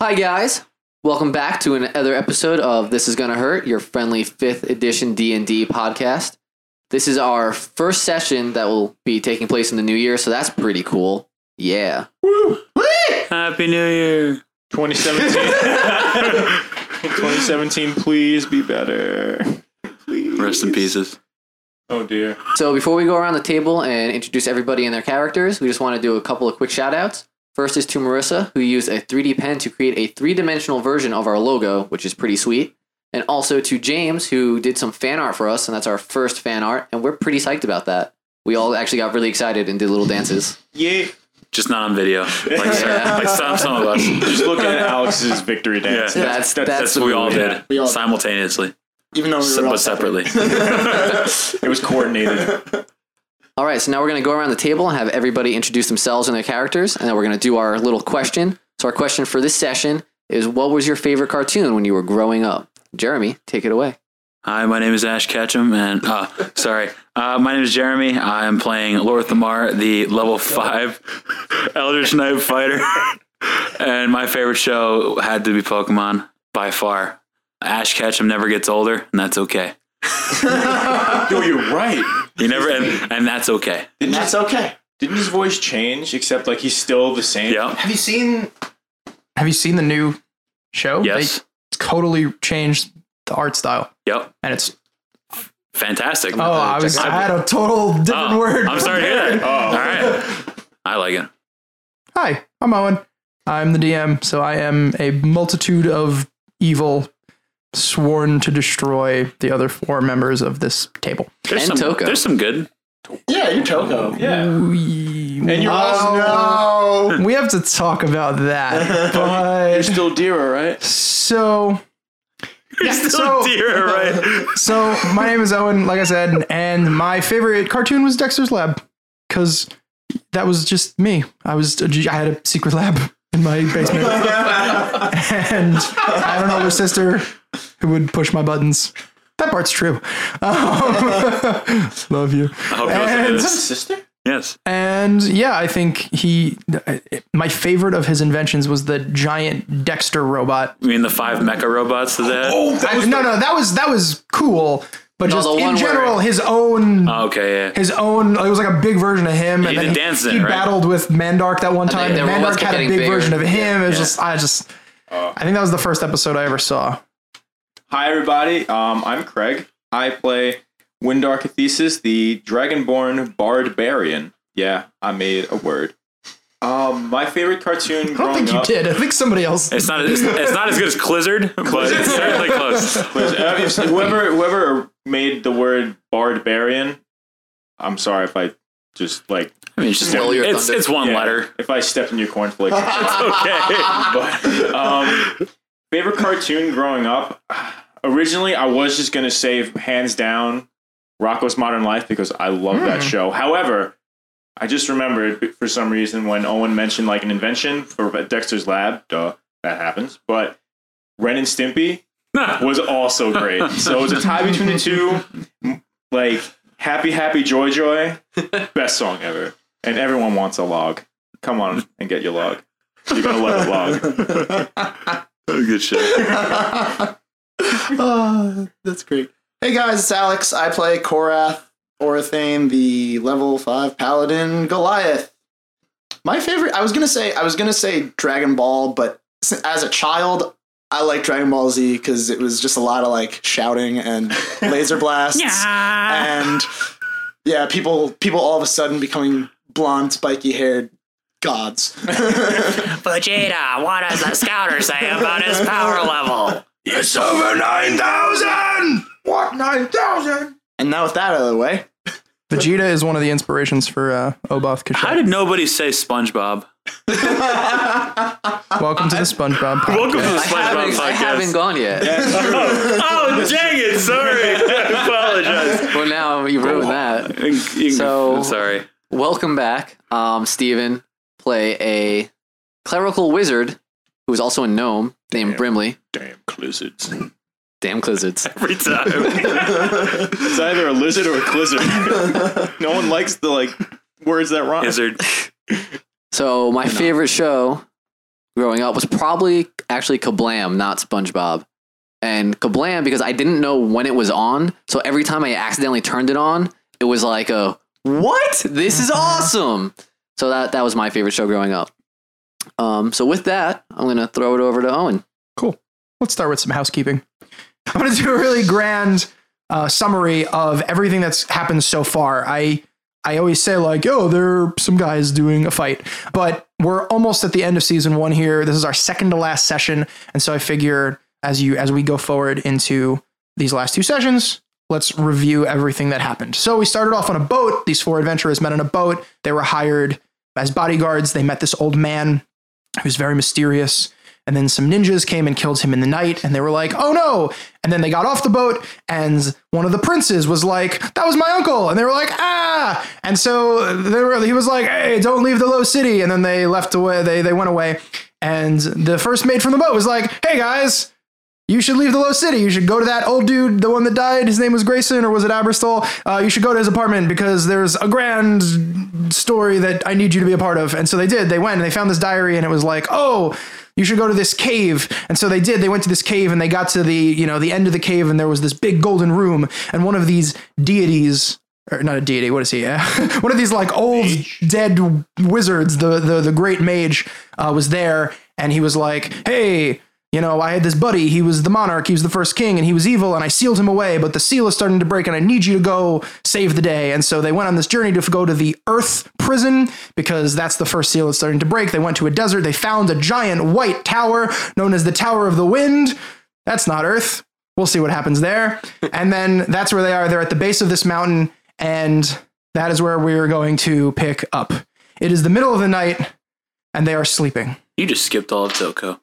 Hi, guys. Welcome back to another episode of This Is Gonna Hurt, your friendly fifth edition D and D podcast. This is our first session that will be taking place in the new year, so that's pretty cool. Yeah. Happy New Year. 2017. 2017, please be better. Please. Rest in pieces. Oh dear. So before we go around the table and introduce everybody and their characters, we just want to do a couple of quick shout outs. First is to Marissa, who used a 3D pen to create a three dimensional version of our logo, which is pretty sweet. And also to James, who did some fan art for us, and that's our first fan art, and we're pretty psyched about that. We all actually got really excited and did little dances. Yeah. Just not on video. Like, Yeah. like some, some of us. Just look at Alex's victory dance. Yeah. That's- That's what we all did. We all- simultaneously, Even though we se- were all but separately. it was coordinated. All right, so now we're going to go around the table and have everybody introduce themselves and their characters, and then we're going to do our little question. So, our question for this session is What was your favorite cartoon when you were growing up? Jeremy, take it away. Hi, my name is Ash Ketchum, and uh, sorry, uh, my name is Jeremy. I am playing Lord Thamar, the level five Eldritch Knight fighter, and my favorite show had to be Pokemon by far. Ash Ketchum never gets older, and that's okay. Yo, you're right. He never, and, and that's okay. And that's okay. Didn't his voice change? Except like he's still the same. Yeah. Have you seen? Have you seen the new show? Yes. They totally changed the art style, Yep. and it's. Fantastic. Oh, I was. I had a total different Oh, word. I'm sorry to hear that. Oh. All right. I like it. Hi, I'm Owen. I'm the DM, so I am a multitude of evil, sworn to destroy the other four members of this table. There's And some, Toko. There's some good. Yeah, you're Toko. Yeah. We, And you're oh, no. We have to talk about that, You're but still Dira, right? so. So, dear, right? So my name is Owen, like I said, and my favorite cartoon was Dexter's Lab because that was just me. I was I had a secret lab in my basement, and I had an older sister who would push my buttons. That part's true. Um, love you. I hope you listen to And- this. Sister? Yes. And yeah, I think he. My favorite of his inventions was the giant Dexter robot. I mean, the five mecha robots to that. Oh, I- no, no, that was that was cool, but just the one in where- general, his own Oh, okay. Yeah. his own. It was like a big version of him. he and did then dance in he it, right? battled with Mandark that one they- time. their and robots Mandark kept had a getting big bigger. version of him. It was just, I just, Uh, I think that was the first episode I ever saw. Hi, everybody. Um, I'm Craig. I play Windar Thesis, the Dragonborn Bardbarian. Yeah, I made a word. Um, my favorite cartoon I don't growing think you up did. I think somebody else. It's not. It's, it's not as good as Clizzard, but it's certainly close. was uh, if- whoever whoever made the word Bardbarian. I'm sorry if I just like I mean, it's just Roll your it's, thunder. it's one yeah, letter. If I stepped in your cornflakes, it's Okay. but um, favorite cartoon growing up. Originally, I was just gonna say hands down Rocco's Modern Life because I love that show. However, I just remembered for some reason when Owen mentioned like an invention for Dexter's Lab. Duh, that happens. But Ren and Stimpy was also great. So it was a tie between the two. M- Like Happy Happy Joy Joy, best song ever, and everyone wants a log. Come on and get your log. You're gonna love it log. good shit. oh, that's great. Hey guys, it's Alex. I play Korath Orathane, the level five paladin Goliath. My favorite. I was gonna say. I was gonna say Dragon Ball, but s- as a child, I liked Dragon Ball Z because it was just a lot of like shouting and laser blasts and yeah, people people all of a sudden becoming blonde, spiky haired gods. Vegeta, what does the scouter say about his power level? It's over nine thousand. What nine thousand? and now with that out of the way, Vegeta is one of the inspirations for uh, Oboth How Kishore. did nobody say SpongeBob? Welcome to the SpongeBob. podcast. Welcome to the I SpongeBob haven't, I haven't podcast. gone yet. Oh dang it! Sorry, I Well, now you ruined that. apologize. You- you- So- sorry. Welcome back. Um, Steven, play a clerical wizard who is also a gnome named Brimley. Damn clizzards. Damn clizzards. Every time. It's either a lizard or a clizzard. no one likes the like words that rhyme. Is there So my favorite show growing up was probably actually Kablam, not SpongeBob. And Kablam, because I didn't know when it was on, so every time I accidentally turned it on, it was like a what? This Mm-hmm. is awesome. So that that was my favorite show growing up. Um, so with that, I'm gonna throw it over to Owen. Cool. Let's start with some housekeeping. I'm going to do a really grand uh, summary of everything that's happened so far. I I always say like, oh, there are some guys doing a fight, but we're almost at the end of season one here. This is our second to last session, and so I figure as you as we go forward into these last two sessions, let's review everything that happened. So we started off on a boat. These four adventurers met on a boat. They were hired as bodyguards. They met this old man who's very mysterious. And then some ninjas came and killed him in the night, and they were like, oh no. And then they got off the boat, and one of the princes was like, that was my uncle. And they were like, ah. And so they were, he was like, hey, don't leave the low city. And then they left away, they, they went away. And the first mate from the boat was like, hey guys, you should leave the low city. You should go to that old dude, the one that died. His name was Grayson, or was it Aberstall? Uh, you should go to his apartment because there's a grand story that I need you to be a part of. And so they did. They went and they found this diary, and it was like, oh, you should go to this cave. And so they did. They went to this cave, and they got to the you know the end of the cave, and there was this big golden room, and one of these deities. Or not a deity. What is he? Yeah. One of these like old dead wizards, the the the great mage, uh, was there, and he was like, "Hey, you know, I had this buddy. He was the monarch. He was the first king, and he was evil. And I sealed him away, but the seal is starting to break, and I need you to go save the day. And so they went on this journey to f- go to the Earth prison because that's the first seal that's starting to break. They went to a desert. They found a giant white tower known as the Tower of the Wind. That's not Earth. We'll see what happens there. and then that's where they are. They're at the base of this mountain, and that is where we're going to pick up. It is the middle of the night, and they are sleeping. You just skipped all of Toko.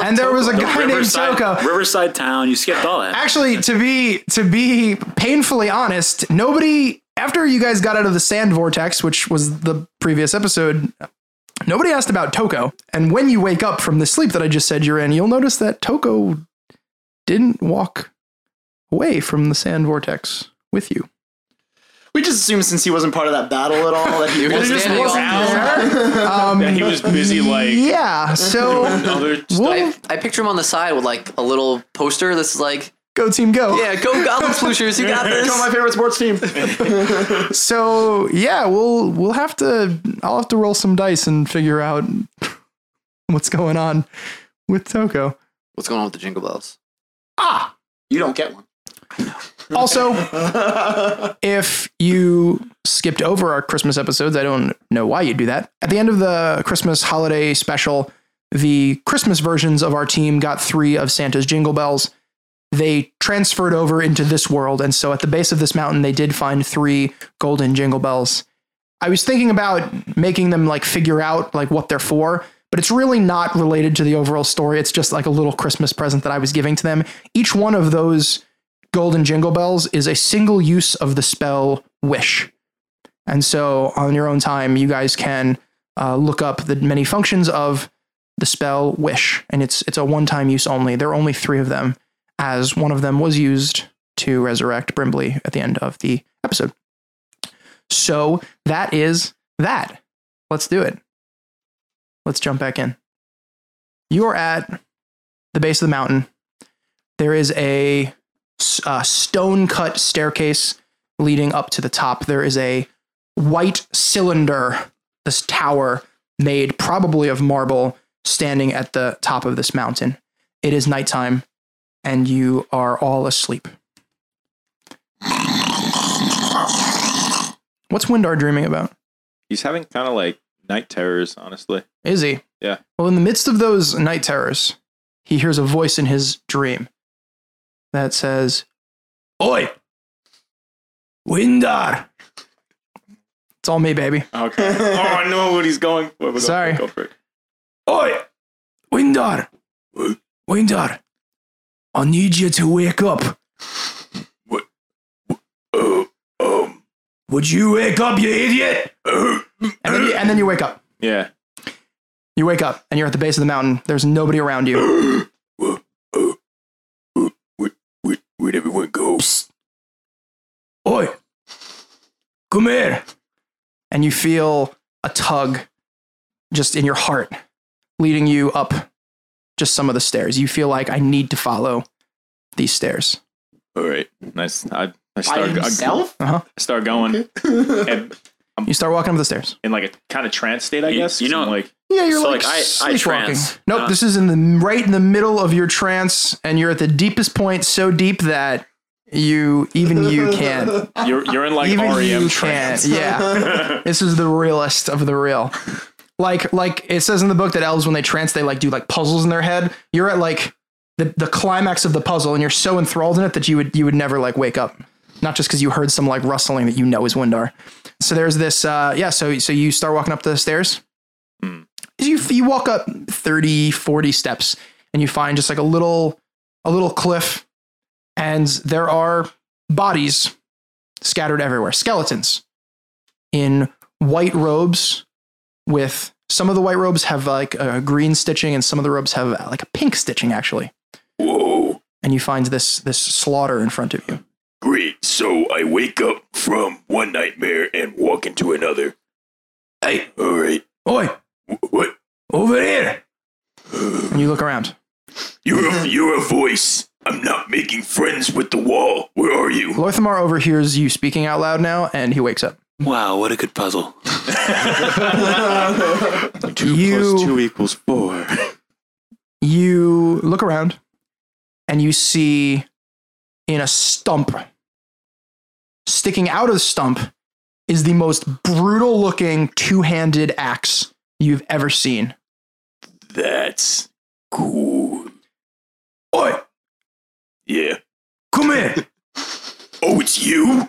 And there was a guy named Riverside, Toko. Riverside Town. You skipped all that. Actually, to be to be painfully honest, nobody after you guys got out of the sand vortex, which was the previous episode, nobody asked about Toko. And when you wake up from the sleep that I just said you're in, you'll notice that Toko didn't walk away from the sand vortex with you. We just assumed since he wasn't part of that battle at all that he Well, was just standing wasn't around. Um, And he was busy like yeah, so other we'll I, I picture him on the side with like a little poster that's like, go team go. yeah, go Goblin Slushers, you got this. Go my favorite sports team. So yeah, we'll we'll have to I'll have to roll some dice and figure out what's going on with Toko. What's going on with the Jingle Bells? You don't get one. Also, if you skipped over our Christmas episodes, I don't know why you do that. At the end of the Christmas holiday special, the Christmas versions of our team got three of Santa's jingle bells. They transferred over into this world, and so at the base of this mountain, they did find three golden jingle bells. I was thinking about making them like figure out like what they're for, but it's really not related to the overall story. It's just like a little Christmas present that I was giving to them. Each one of those golden jingle bells is a single use of the spell wish. And so on your own time, you guys can uh, look up the many functions of the spell wish. And it's it's a one-time use only. There are only three of them, as one of them was used to resurrect Brimbley at the end of the episode. So that is that. Let's do it. Let's jump back in. You are at the base of the mountain. There is a s- uh, stone cut staircase leading up to the top. There is a white cylinder, this tower made probably of marble, standing at the top of this mountain. It is nighttime, and you are all asleep. What's Windar dreaming about? he's having kind of like night terrors, honestly. Is he? Yeah. Well, in the midst of those night terrors, he hears a voice in his dream that says, Oi! Windar! It's all me, baby. Okay. oh, I know what he's going. for. We're going- Sorry. Go for it. Oi! Windar! Windar! I need you to wake up. Would you wake up, you idiot? And then you, and then you wake up. Yeah. You wake up and you're at the base of the mountain. There's nobody around you. Where'd everyone go? Oi! Come here! And you feel a tug just in your heart leading you up just some of the stairs. You feel like I need to follow these stairs. All right. Nice. I, I By start. I himself? start going and Uh-huh. You start walking up the stairs. in like a kind of trance state, I You- guess. you 'cause I'm know- like Yeah, you're So, like, like, I- I sleepwalking. trance. Nope, Uh, this is in the right in the middle of your trance, and you're at the deepest point, so deep that you even you can't. you're you're in like even REM you trance. can't. Yeah. This is the realest of the real. Like like it says in the book that elves when they trance they like do like puzzles in their head. You're at like the, the climax of the puzzle and you're so enthralled in it that you would you would never like wake up. Not just because you heard some like rustling that you know is Windar. So there's this uh yeah, so so you start walking up the stairs. Hmm. You you walk up 30, 40 steps and you find just like a little a little cliff and there are bodies scattered everywhere, skeletons in white robes with some of the white robes have like a green stitching and some of the robes have uh, like a pink stitching actually Whoa, and you find this this slaughter in front of you great. So I wake up from one nightmare and walk into another. Hey, all right. oi Wh- What? over here and you look around You're a, you're a voice. I'm not making friends with the wall. Where are you? lorthamar overhears you speaking out loud now and he wakes up Wow, what a good puzzle. Two You- plus two equals four. you look around and you see in a stump sticking out of the stump is the most brutal looking two-handed axe you've ever seen That's cool. oi Yeah. come here Oh, it's you.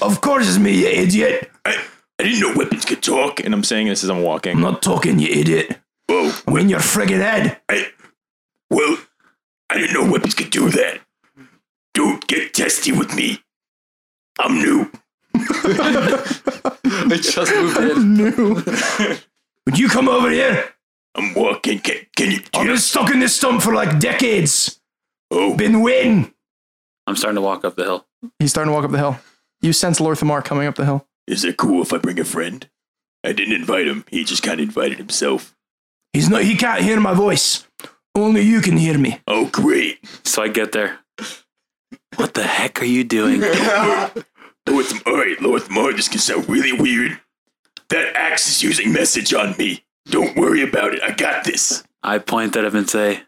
Of course it's me, you idiot. I, I didn't know weapons could talk. And I'm saying this as I'm walking. not talking, you idiot. Oh, I'm in your friggin' head. I, well, I didn't know weapons could do that. Don't get testy with me. I'm new. I just moved in. Would you come over here? I'm walking. Can, can you? I've do you- been stuck in this stump for like decades. Oh, Been waiting. I'm starting to walk up the hill. He's starting to walk up the hill. You sense Lorthamar coming up the hill. is it cool if I bring a friend? I didn't invite him. He just kind of invited himself. He's not. He can't hear my voice. Only you can hear me. Oh, great. So I get there. What the heck are you doing? Lorth, all right, Lord Mar, this can sound really weird. That axe is using message on me. Don't worry about it. I got this. I point at him and say,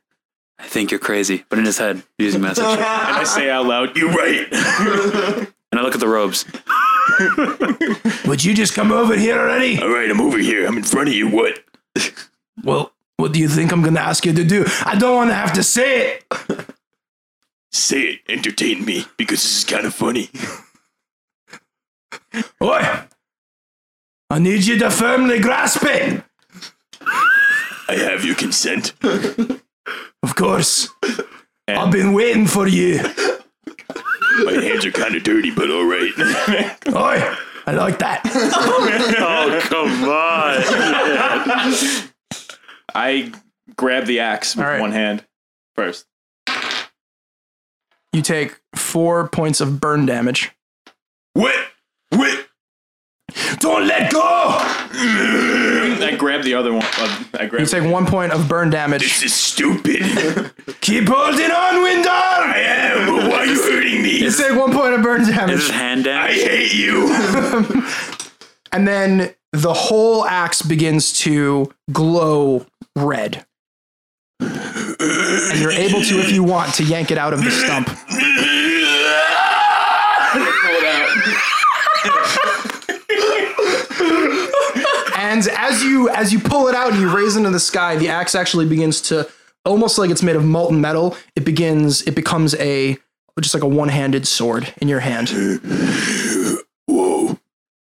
I think you're crazy, but in his head, using message. And And I say out loud, You're right. I look at the robes. Would you just come over here already? all right, I'm over here. I'm in front of you. What? Well, what do you think I'm gonna ask you to do? I don't want to have to say it. Say it. Entertain me because this is kind of funny. Oi! I need you to firmly grasp it. I have your consent. Of course. I've been waiting for you. My hands are kind of dirty, but all right. Oi, I like that. Oh, come on. I grab the axe with All right. one hand first. You take four points of burn damage. what? What? Don't let go! I grab the other one. Uh, I grab. You take one point of burn damage. This is stupid. Keep holding on, Windar! I am. But why are you hurting me? You take one point of burn Is his damage. hand I damage? hate you. And then the whole axe begins to glow red. And you're able to, if you want, to yank it out of the stump. And as you as you pull it out and you raise it into the sky, the axe actually begins to almost like it's made of molten metal. It begins it becomes a just like a one-handed sword in your hand. Whoa.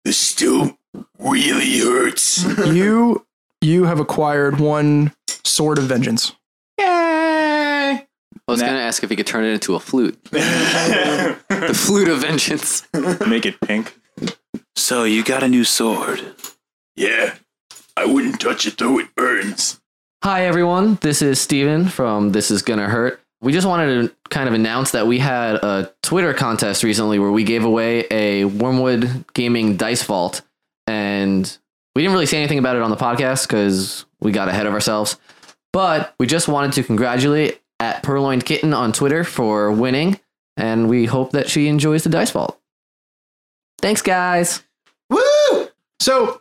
This still really hurts. You you have acquired one sword of vengeance. I was gonna ask if he could turn it into a flute. the flute of vengeance. Make it pink. So you got a new sword. Yeah. I wouldn't touch it though, it burns. Hi everyone, this is Steven from This Is Gonna Hurt. We just wanted to kind of announce that we had a Twitter contest recently where we gave away a Wormwood Gaming Dice Vault, and we didn't really say anything about it on the podcast because we got ahead of ourselves. But we just wanted to congratulate at Purloined Kitten on Twitter for winning, and we hope that she enjoys the dice vault. Thanks, guys. Woo! So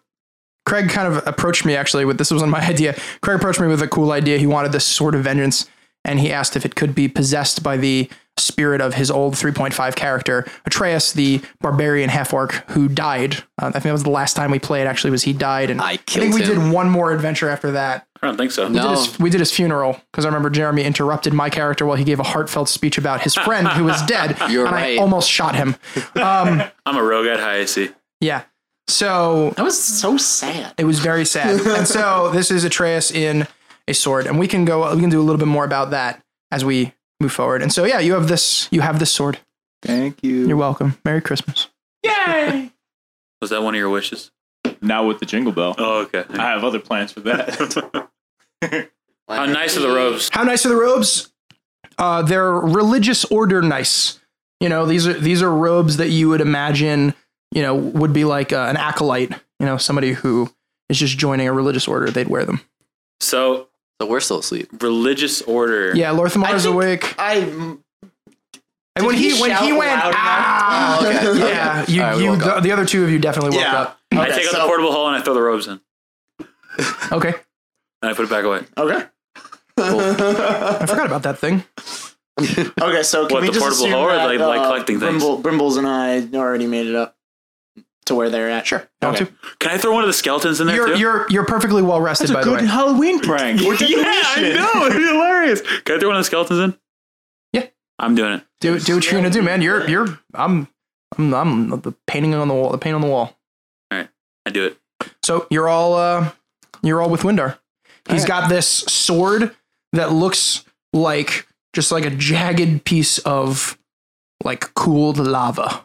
Craig kind of approached me actually with this wasn't my idea. Craig approached me with a cool idea. He wanted this sort of vengeance, and he asked if it could be possessed by the spirit of his old 3.5 character Atreus, the barbarian half orc who died. Uh, I think that was the last time we played. Actually, was he died? And I think killed we him. Oh. did one more adventure after that. I don't think so. We No. did his, we did his funeral because I remember Jeremy interrupted my character while he gave a heartfelt speech about his friend who was dead, You're and right. I almost shot him. Um, I'm a rogue at high AC. yeah. So That was so sad. it was very sad. and so this is Atreus in a sword, and we can go. We can do a little bit more about that as we move forward. And so yeah, you have this. You have this sword. Thank you. You're welcome. Merry Christmas. Was that one of your wishes? Now with the jingle bell. Oh, okay. I have other plans for that. How nice are the robes? How nice are the robes? Uh, they're religious order nice. You know these are these are robes that you would imagine you know would be like uh, an acolyte. You know somebody who is just joining a religious order. They'd wear them. So So we're still asleep. religious order. Yeah, Lorthamar I is think- awake. I And when he, he when he shout went, loud enough? ah, Oh, okay. yeah, you, All right, we you woke the, up. the other two of you definitely woke Yeah. up. I take out the portable hole and I throw the robes in. Okay. And I put it back away. okay. I forgot about that thing. okay, so can What, we the just portable assume horror, that, uh, like- like collecting things? Brimble, Brimbles and I already made it up to where they're at. Sure. Don't Okay. you? Can I throw one of the skeletons in there You're too? you're you're perfectly well rested by the way. Halloween prank. yeah, I know. It'd be hilarious. Can I throw one of the skeletons in? Yeah. I'm doing it. Do do what you're gonna do, man. You're you're I'm I'm I'm the painting on the wall. The paint on the wall. I do it. So you're all uh you're all with Windar. He's got this sword that looks like just like a jagged piece of like cooled lava.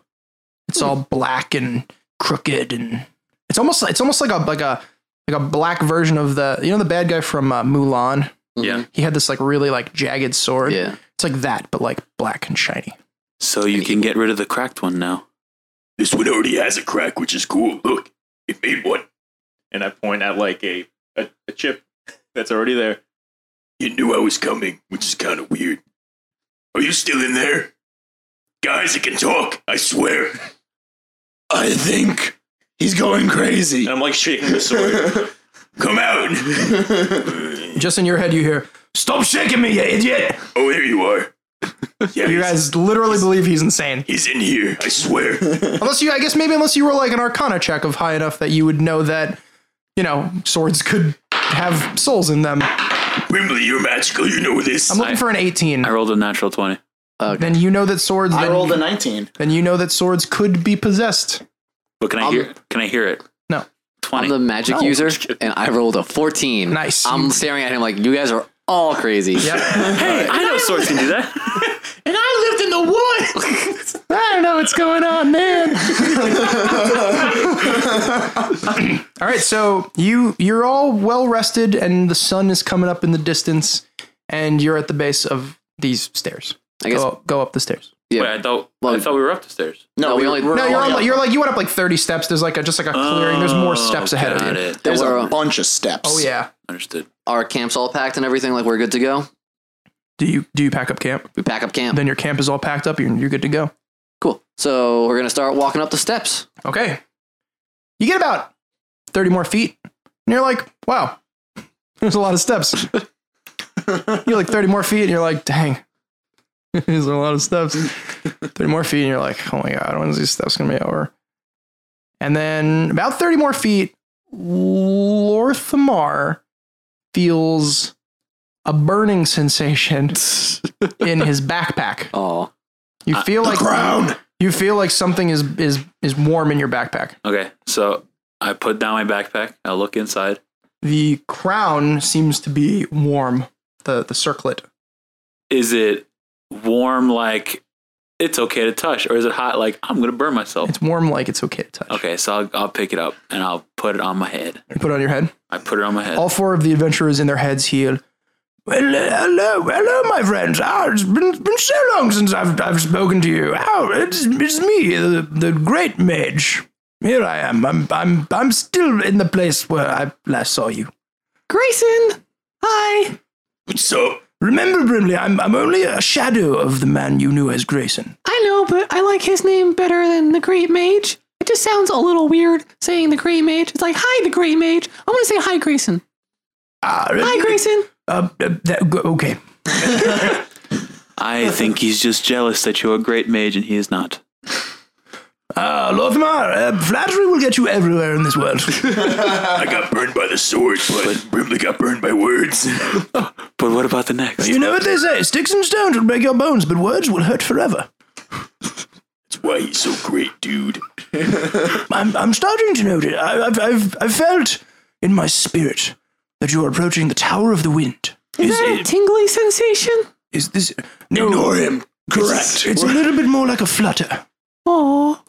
It's all black and crooked and it's almost it's almost like a like a like a black version of the you know the bad guy from uh, Mulan. Yeah. He had this like really like jagged sword. Yeah. It's like that, but like black and shiny. So you can get rid of the cracked one now. This one already has a crack, which is cool. Look, it made one. and I point at like a, a, a chip that's already there. You knew I was coming, which is kind of weird. Are you still in there? Guys, it can talk, I swear. I think he's going crazy. And I'm like shaking the sword. Come out! Just in your head, you hear. Stop shaking me, you idiot! Oh, there you are. You Yeah, he's- guys literally believe he's insane. he's in here, I swear. Unless you, I guess maybe unless you were like an Arcana check of high enough that you would know that, you know, swords could have souls in them. I'm Brimley, you're magical, you know this. looking for an 18. I rolled a natural 20. Then you know that swords. I Then, rolled a 19. then you know that swords could be possessed. But can I I'm- hear Can I hear it? No. 20. I'm the magic user, and I rolled a 14. Nice. I'm staring at him like, you guys are all crazy. Yep. hey, I know swords can do that. And I lived in the woods! I don't know what's going on, man. all right, so you you're all well rested, and the sun is coming up in the distance, and you're at the base of these stairs. I guess. go, up- go up the stairs. yeah. Wait, I thought I Well- thought we were up the stairs. no, we only. No, you're all on, up. like- you're like you went up like 30 steps. There's like a just like a clearing. There's more steps Oh, ahead of got you. it. That There's we're, a bunch of steps. Oh yeah. Understood. our camp's all packed and everything. Like, we're good to go. Do you do you pack up camp? We pack up camp. Then your camp is all packed up. You're you're good to go. Cool. So we're gonna start walking up the steps. Okay. You get about 30 more feet, and you're like, wow, there's a lot of steps. you're like 30 more feet, and you're like, dang, there's a lot of steps. 30 more feet, and you're like, oh my God, when's these steps going to be over? And then about 30 more feet, Lorthamar feels a burning sensation in his backpack. Oh, You feel like Crown! you feel like something is is is warm in your backpack. Okay, so I put down my backpack. I look inside. The crown seems to be warm. The the circlet. Is it warm like it's okay to touch, or is it hot like I'm gonna burn myself? It's warm like it's okay to touch. Okay, so I'll, I'll pick it up and I'll put it on my head. You put it on your head. I put it on my head. All four of the adventurers in their heads heal. Well, uh, hello, hello, my friends. Ah, it's been, been so long since I've, I've spoken to you. How it's, it's me, the, the great mage. Here I am. I'm, I'm, I'm still in the place where I last saw you. Grayson, hi. What's up? Remember, Brimley, I'm, I'm only a shadow of the man you knew as Grayson. I know, but I like his name better than the Great Mage. It just sounds a little weird saying the Great Mage. It's like, hi, the Great Mage. I want to say hi, Grayson. Ah, Hi, Grayson. Uh, uh, that, go- okay. I think he's just jealous that you're a great mage and he is not. Uh, Lothmar, uh, flattery will get you everywhere in this world. I got burned by the sword, but Brimley got burned by words. But what about the next? you know what they say sticks and stones will break your bones, but words will hurt forever. That's why he's so great, dude. I'm, I'm starting to notice. I, I've, I've, I've felt in my spirit that you're approaching the Tower of the Wind. Is, that a tingly sensation? Is this. No, Ignore him. Correct. It's a little bit more like a flutter. Aw.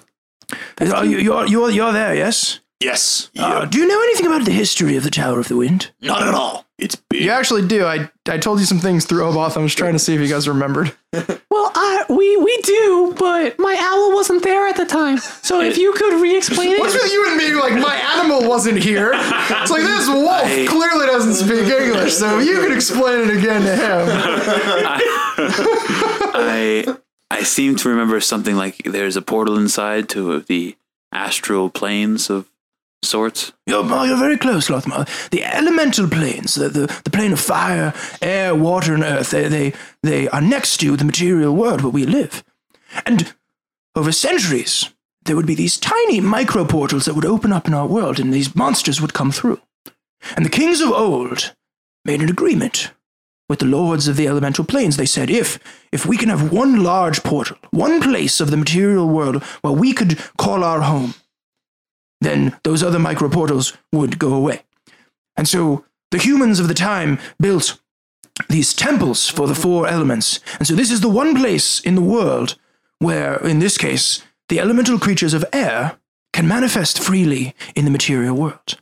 Are you, you're, you're, you're there, yes? Yes. Uh, do you know anything about the history of the Tower of the Wind? Not at all. It's big. You actually do. I, I told you some things through Oboth. I was trying to see if you guys remembered. Well, I, we we do, but my owl wasn't there at the time. So if you could re-explain it, What's with you and me? Like my animal wasn't here. It's like this wolf clearly doesn't speak English, so you can explain it again to him. I I seem to remember something like there's a portal inside to the astral planes of sorts. You're, oh, you're very close, Lothmar. The elemental planes, the, the, the plane of fire, air, water, and earth, they, they, they are next to the material world where we live. And over centuries, there would be these tiny micro portals that would open up in our world, and these monsters would come through. And the kings of old made an agreement with the lords of the elemental planes. They said, if if we can have one large portal, one place of the material world where we could call our home, then those other micro portals would go away. And so the humans of the time built these temples for the four elements. And so this is the one place in the world where, in this case, the elemental creatures of air can manifest freely in the material world.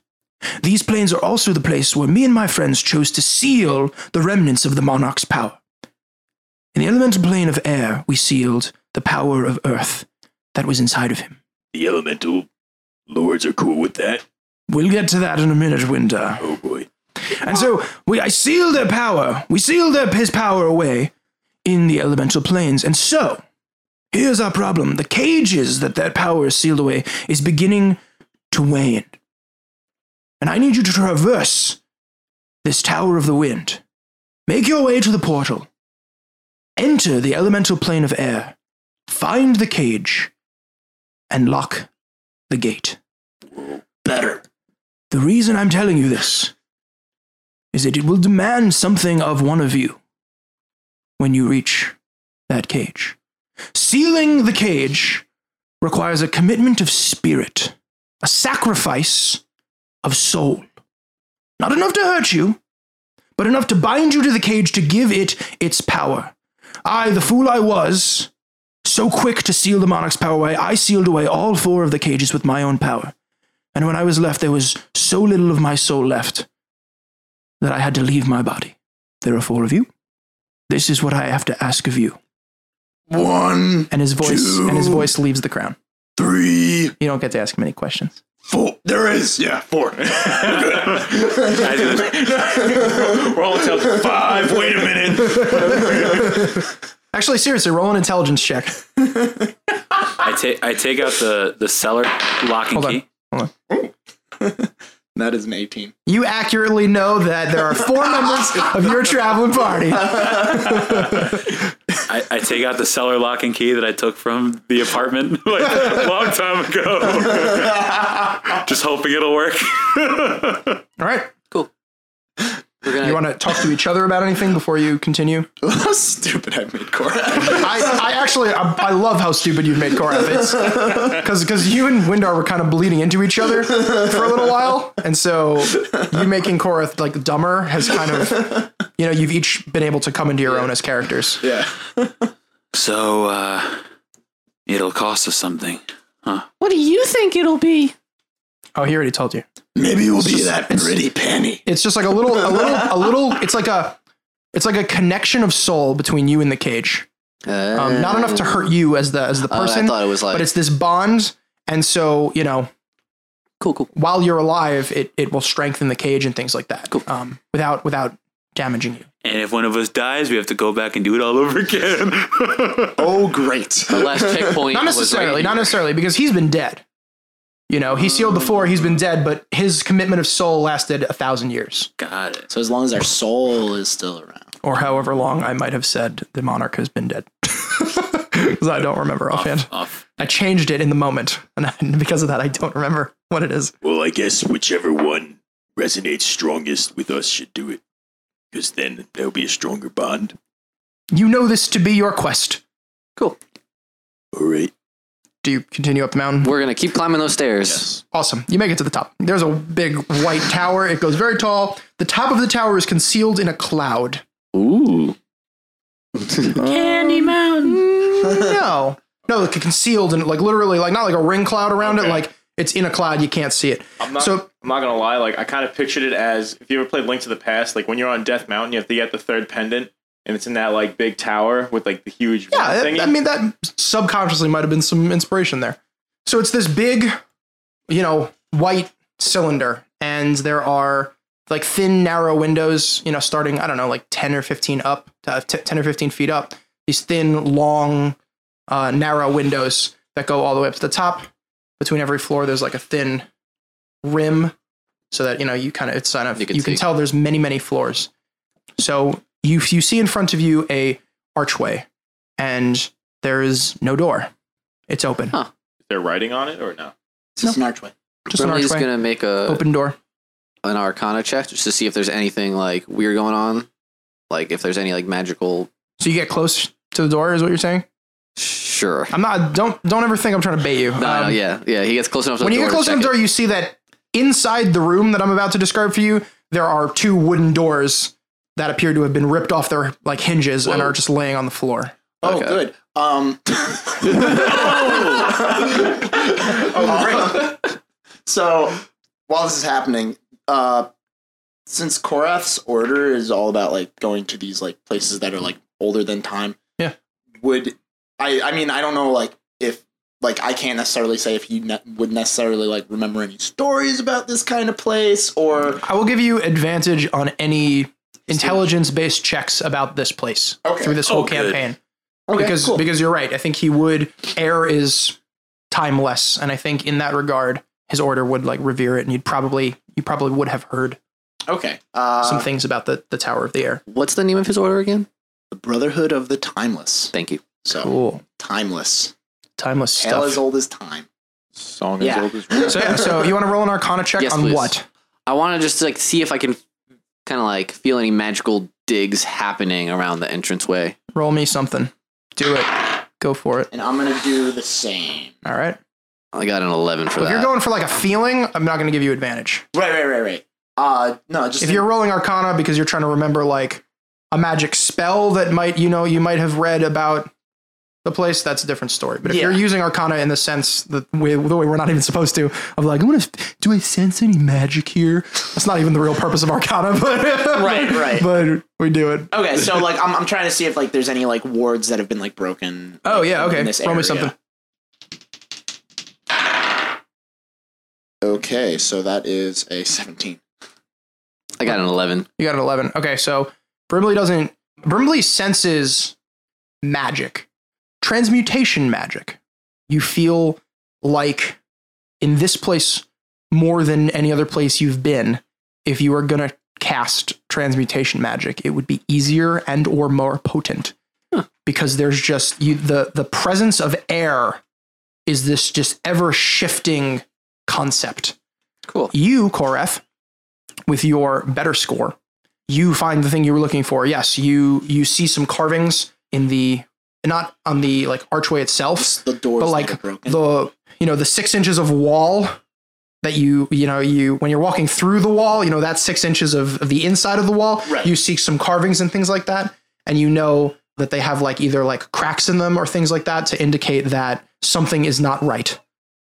These planes are also the place where me and my friends chose to seal the remnants of the monarch's power. In the elemental plane of air, we sealed the power of earth that was inside of him. The elemental lords are cool with that. We'll get to that in a minute, Winder. Oh boy. And so we, I sealed their power. We sealed their, his power away in the elemental planes. And so here's our problem: the cages that that power is sealed away is beginning to wane. And I need you to traverse this tower of the wind. Make your way to the portal. Enter the elemental plane of air. Find the cage, and lock the gate. Better. The reason I'm telling you this is that it will demand something of one of you when you reach that cage. Sealing the cage requires a commitment of spirit, a sacrifice of soul. Not enough to hurt you, but enough to bind you to the cage to give it its power. I, the fool I was, so quick to seal the monarch's power away, I sealed away all four of the cages with my own power. And when I was left, there was so little of my soul left that I had to leave my body. There are four of you. This is what I have to ask of you. One, And his voice and his voice leaves the crown. three, You don't get to ask him any questions. four. There is. Yeah, four. I do this- Roll until five. Wait a minute. Actually, seriously, roll an intelligence check. I take I take out the the cellar lock and Hold on. key. That is an 18. You accurately know that there are four members of your traveling party. I, I take out the cellar lock and key that I took from the apartment like a long time ago. Just hoping it'll work. All right. we're gonna You want to talk to each other about anything before you continue? How stupid I made Cora. I, I actually, I, I love how stupid you've made Korath. It's because because you and Windar were kind of bleeding into each other for a little while, and so you making Korath like dumber has kind of, you know, you've each been able to come into your own as characters. yeah. So uh it'll cost us something. What do you think it'll be? Oh, he already told you. Maybe we'll be that pretty penny. It's just like a little, a little, a little. It's like a, it's like a connection of soul between you and the cage. uh, Um, not enough to hurt you as the as the Oh, person, I thought it was like but it's this bond, and so you know, Cool, cool. while you're alive, it, it will strengthen the cage and things like that. Cool. Um, without without damaging you. And if one of us dies, we have to go back and do it all over again. Oh, great. The last checkpoint. Not necessarily. Not necessarily because he's been dead. You know, he sealed the floor. He's been dead, but his commitment of soul lasted a thousand years, Got it. So as long as our soul is still around. or however long I might have said the monarch has been dead. Because I don't remember offhand. Off. I changed it in the moment, and I- because of that, I don't remember what it is. Well, I guess whichever one resonates strongest with us should do it. Because then there'll be a stronger bond. You know this to be your quest. All right. Do you continue up the mountain? We're gonna keep climbing those stairs. Awesome. You make it to the top. There's a big white tower. It goes very tall. The top of the tower is concealed in a cloud. Ooh. Mm, No. No, like concealed and like literally like not like a ring cloud around it, Okay. like it's in a cloud, you can't see it. I'm not, So- I'm not gonna lie. Like I kind of pictured it as if you ever played Link to the Past. Like when you're on Death Mountain, you have to get the third pendant, and it's in that like big tower with like the huge Yeah, thingy. that- I mean that subconsciously might have been some inspiration there. So it's this big, you know, white cylinder, and there are like thin, narrow windows. You know, starting I don't know, like ten or fifteen up, uh, t- ten or fifteen feet up. These thin, long, uh, narrow windows that go all the way up to the top. Between every floor, there's like a thin rim, so that you know you kind of it's kind of You you can see. can, tell there's many, many floors. So you you see in front of you a archway, and there is no door. It's open. Huh. They're writing on it or no? It's just an archway. Just an Brimley's archway. gonna uh, make a open door. an Arcana check just to see if there's anything like weird going on, like if there's any like magical. So you get close to the door, is what you're saying? Sure. I'm not. Don't don't ever think I'm trying to bait you. No, no, Um, yeah, yeah. He gets close enough. To When the you door get close to the check door, it. you see that inside the room that I'm about to describe for you, there are two wooden doors that appear to have been ripped off their like hinges and are just laying on the floor. Oh, Okay. good. Um. Um, so while this is happening, uh, since Korath's order is all about like going to these like places that are like older than time. Yeah. Would I? I mean, I don't know. Like if like I can't necessarily say if you ne- would necessarily like remember any stories about this kind of place or I will give you advantage on any intelligence-based checks about this place Okay. through this whole Oh, good. campaign. Okay, because cool. because you're right. I think he would air is timeless, and I think in that regard, his order would like revere it, and you'd probably you probably would have heard okay uh, some things about the the Tower of the Air. What's the name of his order again? the Brotherhood of the Timeless. Thank you. So Cool, timeless, timeless tale stuff. as old as time. Song Yeah. as old as rock. So yeah, so you want to roll an Arcana check Yes, on please. what? I want to just like see if I can kind of like feel any magical digs happening around the entranceway. Roll me something. Do it. Go for it. And I'm gonna do the same. All right. I got an eleven for If you're that. going for like a feeling, I'm not going to give you advantage. Right, right, right, right. Uh, no, just If you're rolling Arcana because you're trying to remember like a magic spell that might you know you might have read about the place, that's a different story. But if you're Yeah. using Arcana in the sense that we, the way we're not even supposed to, of like, I'm gonna do I sense any magic here? That's not even the real purpose of Arcana, but Right, right. But we do it. okay. So like, I'm I'm trying to see if like there's any like wards that have been like broken. Oh like, yeah, in okay. this Roll me area. something. Okay, so that is a 17. I got an eleven. You got an 11. Okay, so Brimley doesn't. Brimley senses magic, transmutation magic. You feel like in this place more than any other place you've been, if you were going to cast transmutation magic, it would be easier and or more potent. Because there's just you the the presence of air is this just ever shifting concept. Cool. You, Koreth, with your better score, you find the thing you were looking for. Yes, you you see some carvings in the not on the like archway itself, The doors but that like are broken. the you know the six inches of wall that you you know you when you're walking through the wall, you know that six inches of, of the inside of the wall. Right. You see some carvings and things like that, and you know that they have like either like cracks in them or things like that to indicate that something is not right.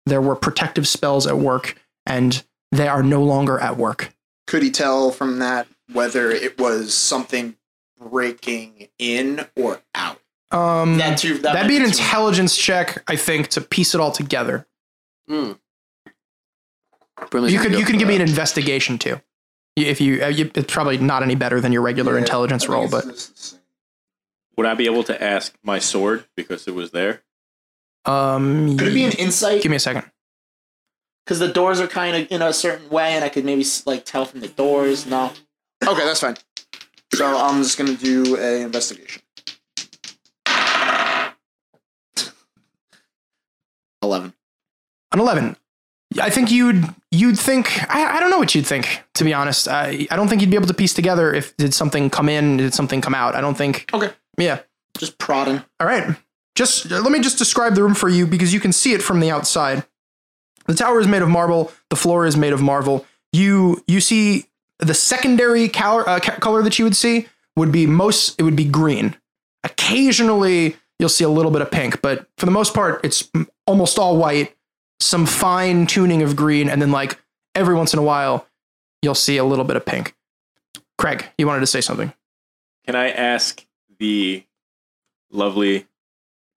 There were protective spells at work, and they are no longer at work. Could he tell from that whether it was something breaking in or out? Um, That too, that That'd might be an too- intelligence check, I think, to piece it all together. Brimley's Hmm. You gonna could go you can for give me an that. investigation too. You- If you, uh, you it's probably not any better than your regular intelligence roll, but Would I be able to ask my sword because it was there? um, Could it be an insight? give me a second. Because the doors are kind of in a certain way, and I could maybe like tell from the doors. No. Okay, that's fine. So I'm just gonna do an investigation. eleven. An eleven. I think you'd you'd think I, I don't know what you'd think to be honest. I I don't think you'd be able to piece together if did something come in, did something come out. I don't think. Okay. Yeah. Just prodding. All right. Just uh, let me just describe the room for you because you can see it from the outside. The tower is made of marble. The floor is made of marble. You you see the secondary color, uh, ca- color that you would see would be most it would be green. Occasionally you'll see a little bit of pink, but for the most part it's m- almost all white. Some fine tuning of green, and then like every once in a while you'll see a little bit of pink. Craig, you wanted to say something. Can I ask the lovely,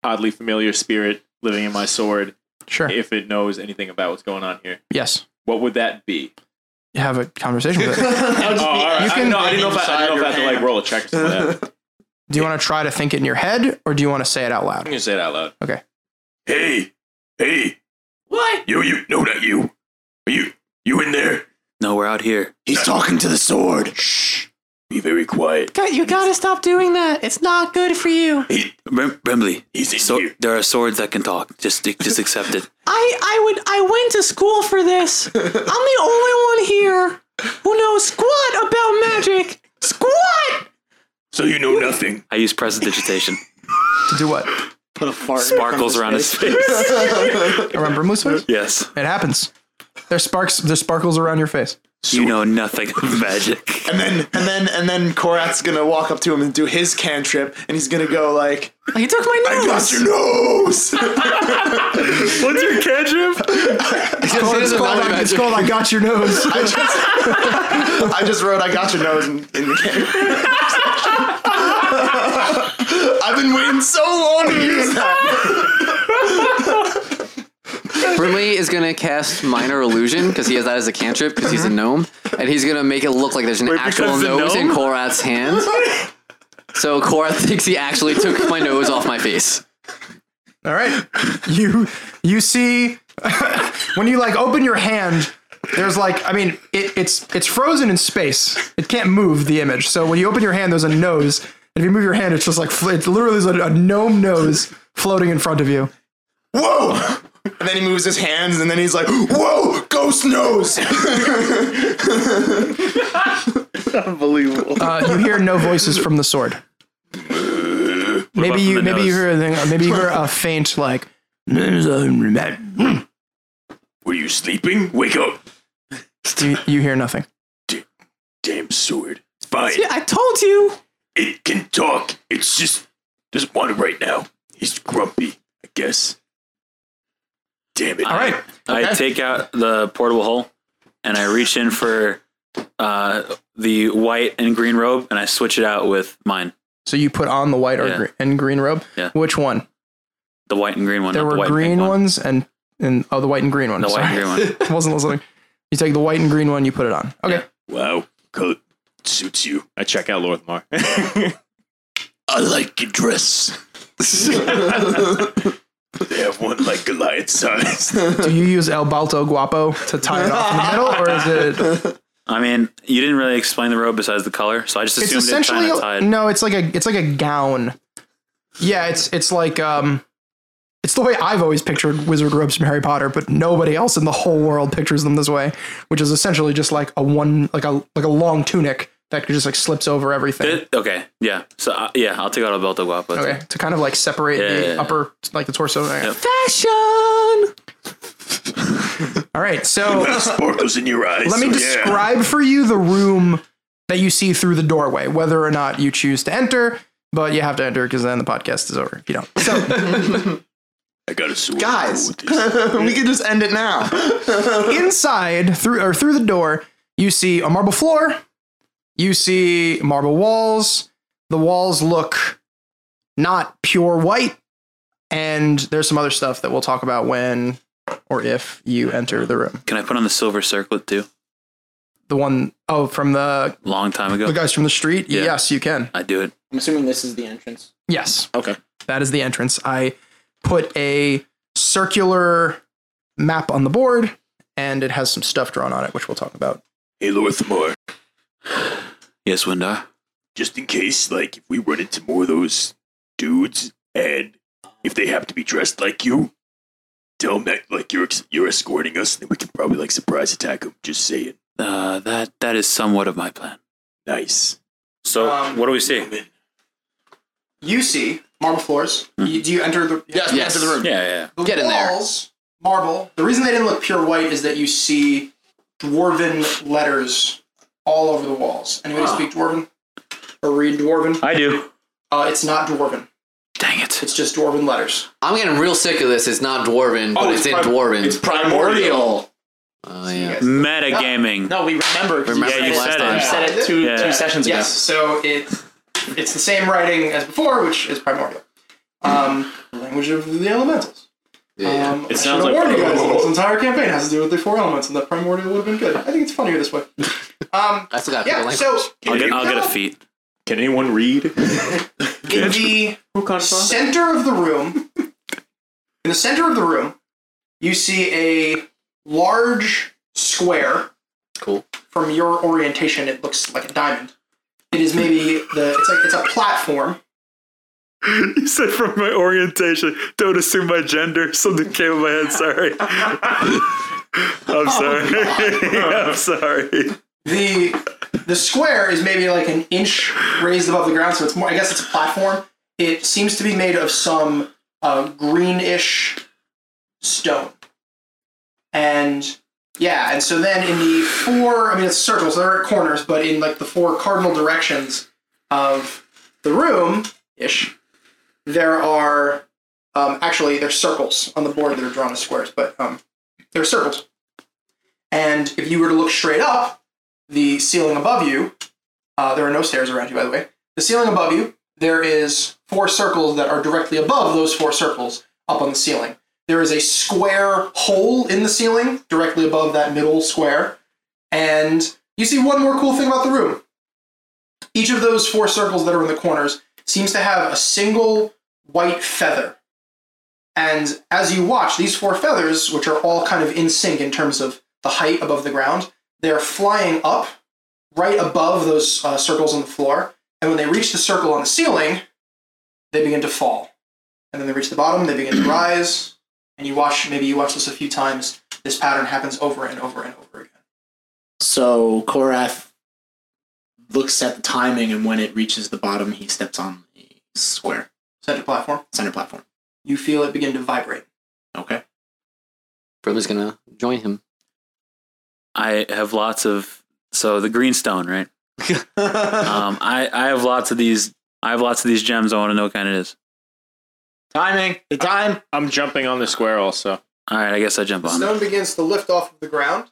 oddly familiar spirit living in my sword Sure. if it knows anything about what's going on here? Yes. What would that be? Have a conversation with it. That Oh, would just be- all right. You I, can- no, I didn't know if I, I, didn't know if I had to like roll a check. or something like that. Do you want to try to think it in your head or do you want to say it out I'm loud? gonna say it out loud. Hey, hey. What? You, you, no, not you. Are you, you in there? No, we're out here. He's talking to the sword. Shh. Be very quiet. You gotta stop doing that. It's not good for you. Brim- Brimley, He's in so here. there are swords that can talk. Just, just accept it. I I would I went to school for this. I'm the only one here who knows squat about magic. Squat. So you know nothing. I use prestidigitation. To do what? Put a fart. Sparkles around his face. Around Brimley's face? yes, It happens. There's sparks there's sparkles around your face. you know nothing of magic. And then and then and then Korat's gonna walk up to him and do his cantrip, and he's gonna go like, He took my I nose. got your nose. What's your cantrip? It's called, I, it's called I got your nose. I just, I just wrote I got your nose in, in the game. I've been waiting so long to use that. Brimley is gonna cast minor illusion because he has that as a cantrip because he's a gnome, and he's gonna make it look like there's an actual because the nose in gnome? Korath's hand. So Korath thinks he actually took my nose off my face. All right. You you see when you like open your hand, there's like I mean it, it's it's frozen in space. It can't move the image. So when you open your hand, there's a nose. And if you move your hand, it's just like fl- it literally is a, a gnome nose floating in front of you. Whoa! And then he moves his hands, and then he's like, "Whoa, ghost nose!" Unbelievable. Uh, you hear no voices from the sword. Maybe you from the maybe you nose? hear a thing, maybe you hear a faint like you, Were you sleeping? Wake up. you hear nothing. Damn sword. Fine. I told you. It can talk. It's just doesn't want it right now. He's grumpy, I guess. Damn it. All right. I take out the portable hole and I reach in for uh, the white and green robe and I switch it out with mine. So you put on the white or Yeah. gre- and green robe. Yeah. Which one? The white and green one. there not the were white and green pink ones and and oh the white and green one. The white and Sorry. green one. I wasn't listening. You take the white and green one, you put it on. Okay. Wow. Coat suits you. I check out Lorthmar. I like your dress. they have one like Goliath size. Do you use El Balto Guapo to tie it off in the middle, or is it? I mean, you didn't really explain the robe besides the color, so I just It's assumed it's essentially kind of a, tied. no. It's like a it's like a gown. Yeah, it's it's like um, it's the way I've always pictured wizard robes from Harry Potter, but nobody else in the whole world pictures them this way, which is essentially just like a one like a like a long tunic that just like slips over everything. Th- okay, yeah. So uh, yeah, I'll take out a belt of guapo. Okay, to kind of like separate Yeah, the yeah, yeah. upper, like the torso. Fashion. All right, so Sparkles in your eyes. let me Yeah. describe for you the room that you see through the doorway, whether or not you choose to enter. But you have to enter because then the podcast is over if you don't. So I got a sword. Guys. Cool with this. we can just end it now. inside through or through the door, you see a marble floor. You see marble walls. The walls look not pure white, and there's some other stuff that we'll talk about when or if you enter the room. Can I put on the silver circlet too? The one oh from the Long time ago. the guys from the street. Yeah. Yes, you can. I do it. I'm assuming this is the entrance. Yes. Okay. That is the entrance. I put a circular map on the board and it has some stuff drawn on it, which we'll talk about. Hey, Lorthamar, Yes, Windar. just in case, like, if we run into more of those dudes, and if they happen to be dressed like you, tell them that, like, you're, ex- you're escorting us, and then we can probably, like, surprise attack them. Just saying. Uh, that that is somewhat of my plan. Nice. So Um, what do we see? Yeah, You see. Marble floors. You, do you enter the? Yes, Yes. enter the room. yeah. The Get in there. walls, Marble. The reason they didn't look pure white is that you see dwarven letters all over the walls. Anybody speak dwarven or read dwarven? I do. Uh, it's not dwarven. Dang it. It's just dwarven letters. I'm getting real sick of this. It's not dwarven, but Oh, it's, it's in prim- dwarven. It's primordial. oh yeah. Metagaming. No, we remember. 'cause Remember you you said said it, it. you said it two, Yeah. two sessions ago. Yes. So it it's the same writing as before, which is primordial. Um, language of the elementals. yeah. Um, It I should sounds have like- warned you guys that this entire campaign has to do with the four elements, and that primordial would have been good. I think it's funnier this way. Um, I still got yeah. language. So I'll get, I'll get a feat. Can anyone read? in the Who confirmed? center of the room, in the center of the room, you see a large square. Cool. From your orientation, it looks like a diamond. It is maybe the it's like it's a platform. You said from my orientation, don't assume my gender. Something came in my head. Sorry. I'm sorry. I'm sorry. the the square is maybe like an inch raised above the ground, so it's more. I guess it's a platform. It seems to be made of some uh, greenish stone, and yeah, and so then in the four, I mean, it's circles. There are corners, but in like the four cardinal directions of the room ish, there are um, actually there's circles on the board that are drawn as squares, but um, they're circles. And if you were to look straight up, the ceiling above you, uh, there are no stairs around you, by the way. The ceiling above you, there is four circles that are directly above those four circles up on the ceiling. There is a square hole in the ceiling directly above that middle square. And you see one more cool thing about the room. Each of those four circles that are in the corners seems to have a single white feather. And as you watch, these four feathers, which are all kind of in sync in terms of the height above the ground, they're flying up right above those uh, circles on the floor. And when they reach the circle on the ceiling, they begin to fall. And then they reach the bottom, they begin to rise. And you watch, maybe you watch this a few times. This pattern happens over and over and over again. So Korath looks at the timing, and when it reaches the bottom, he steps on the square Center platform. center platform. You feel it begin to vibrate. Okay. Brother's gonna join him. I have lots of so the greenstone, right? um, I I have lots of these. I have lots of these gems. I want to know what kind it is. Timing. The time. I'm jumping on the square also. All right, I guess I jump on. it. Stone begins to lift off of the ground.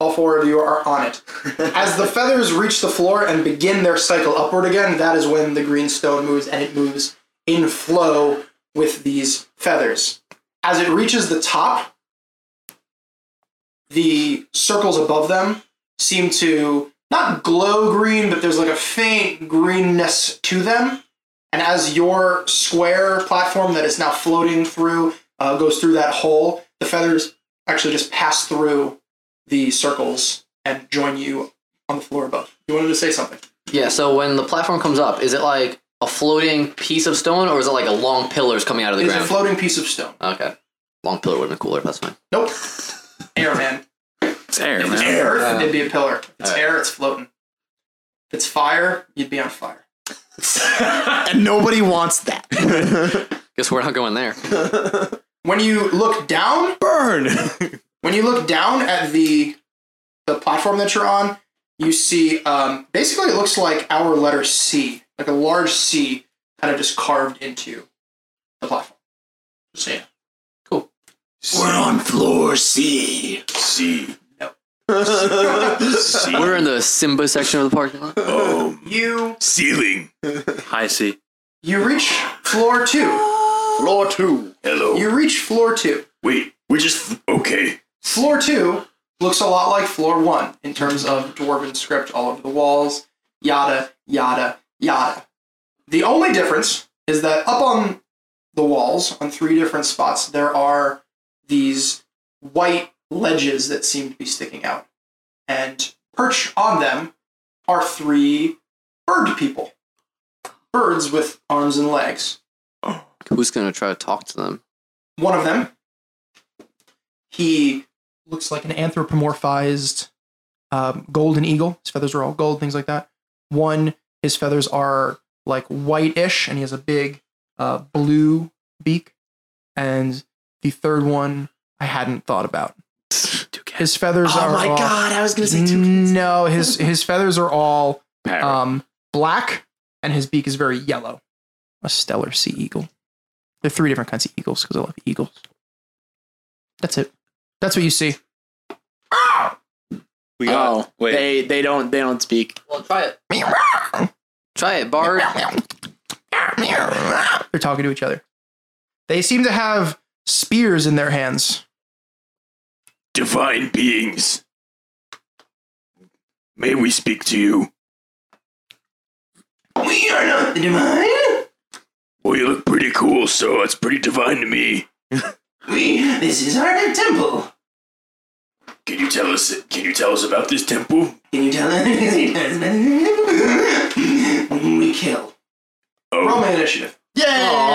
All four of you are on it. As the feathers reach the floor and begin their cycle upward again, that is when the green stone moves and it moves in flow with these feathers. As it reaches the top, the circles above them seem to not glow green, but there's like a faint greenness to them. And as your square platform that is now floating through uh, goes through that hole, the feathers actually just pass through the circles and join you on the floor above. You wanted to say something. Yeah. So when the platform comes up, is it like a floating piece of stone, or is it like a long pillar is coming out of the It is a ground? floating piece of stone. okay. Long pillar would have been cooler. That's fine. Nope. Air, man. It's air, If it's man. earth, Uh, it'd be a pillar. If it's alright. air, it's floating. If it's fire, you'd be on fire. And nobody wants that. Guess we're not going there. When you look down, Burn! when you look down at the the platform that you're on, you see um, basically it looks like our letter C, like a large C, kind of just carved into the platform. Just saying. We're on floor C. C. C. We're in the Simba section of the parking lot. Um, You ceiling. High C. you reach floor two. Floor two. Hello. You reach floor two. Wait, We're just okay. Floor two looks a lot like floor one in terms of dwarven script all over the walls, yada, yada, yada. The only difference is that up on the walls, on three different spots, there are these white ledges that seem to be sticking out. And perched on them are three bird people. Birds with arms and legs. Who's gonna try to talk to them? One of them, he looks like an anthropomorphized um, golden eagle. His feathers are all gold, things like that. One, his feathers are like whitish, and he has a big uh, blue beak. And the third one, I hadn't thought about. His feathers Oh are my all- god, I was gonna say two. no, his his feathers are all Parrot. um, black, and his beak is very yellow. A stellar sea eagle. They're three different kinds of eagles because I love eagles. That's it. That's what you see. We Oh, wait. They they don't they don't speak. well, try it. Try it, Bard. They're talking to each other. They seem to have spears in their hands. Divine beings. May we speak to you? We are not the divine. Well, you look pretty cool, so it's pretty divine to me. We. This is our temple. Can you tell us? Can you tell us about this temple? Can you tell us? we kill. Oh, initiative. Yay!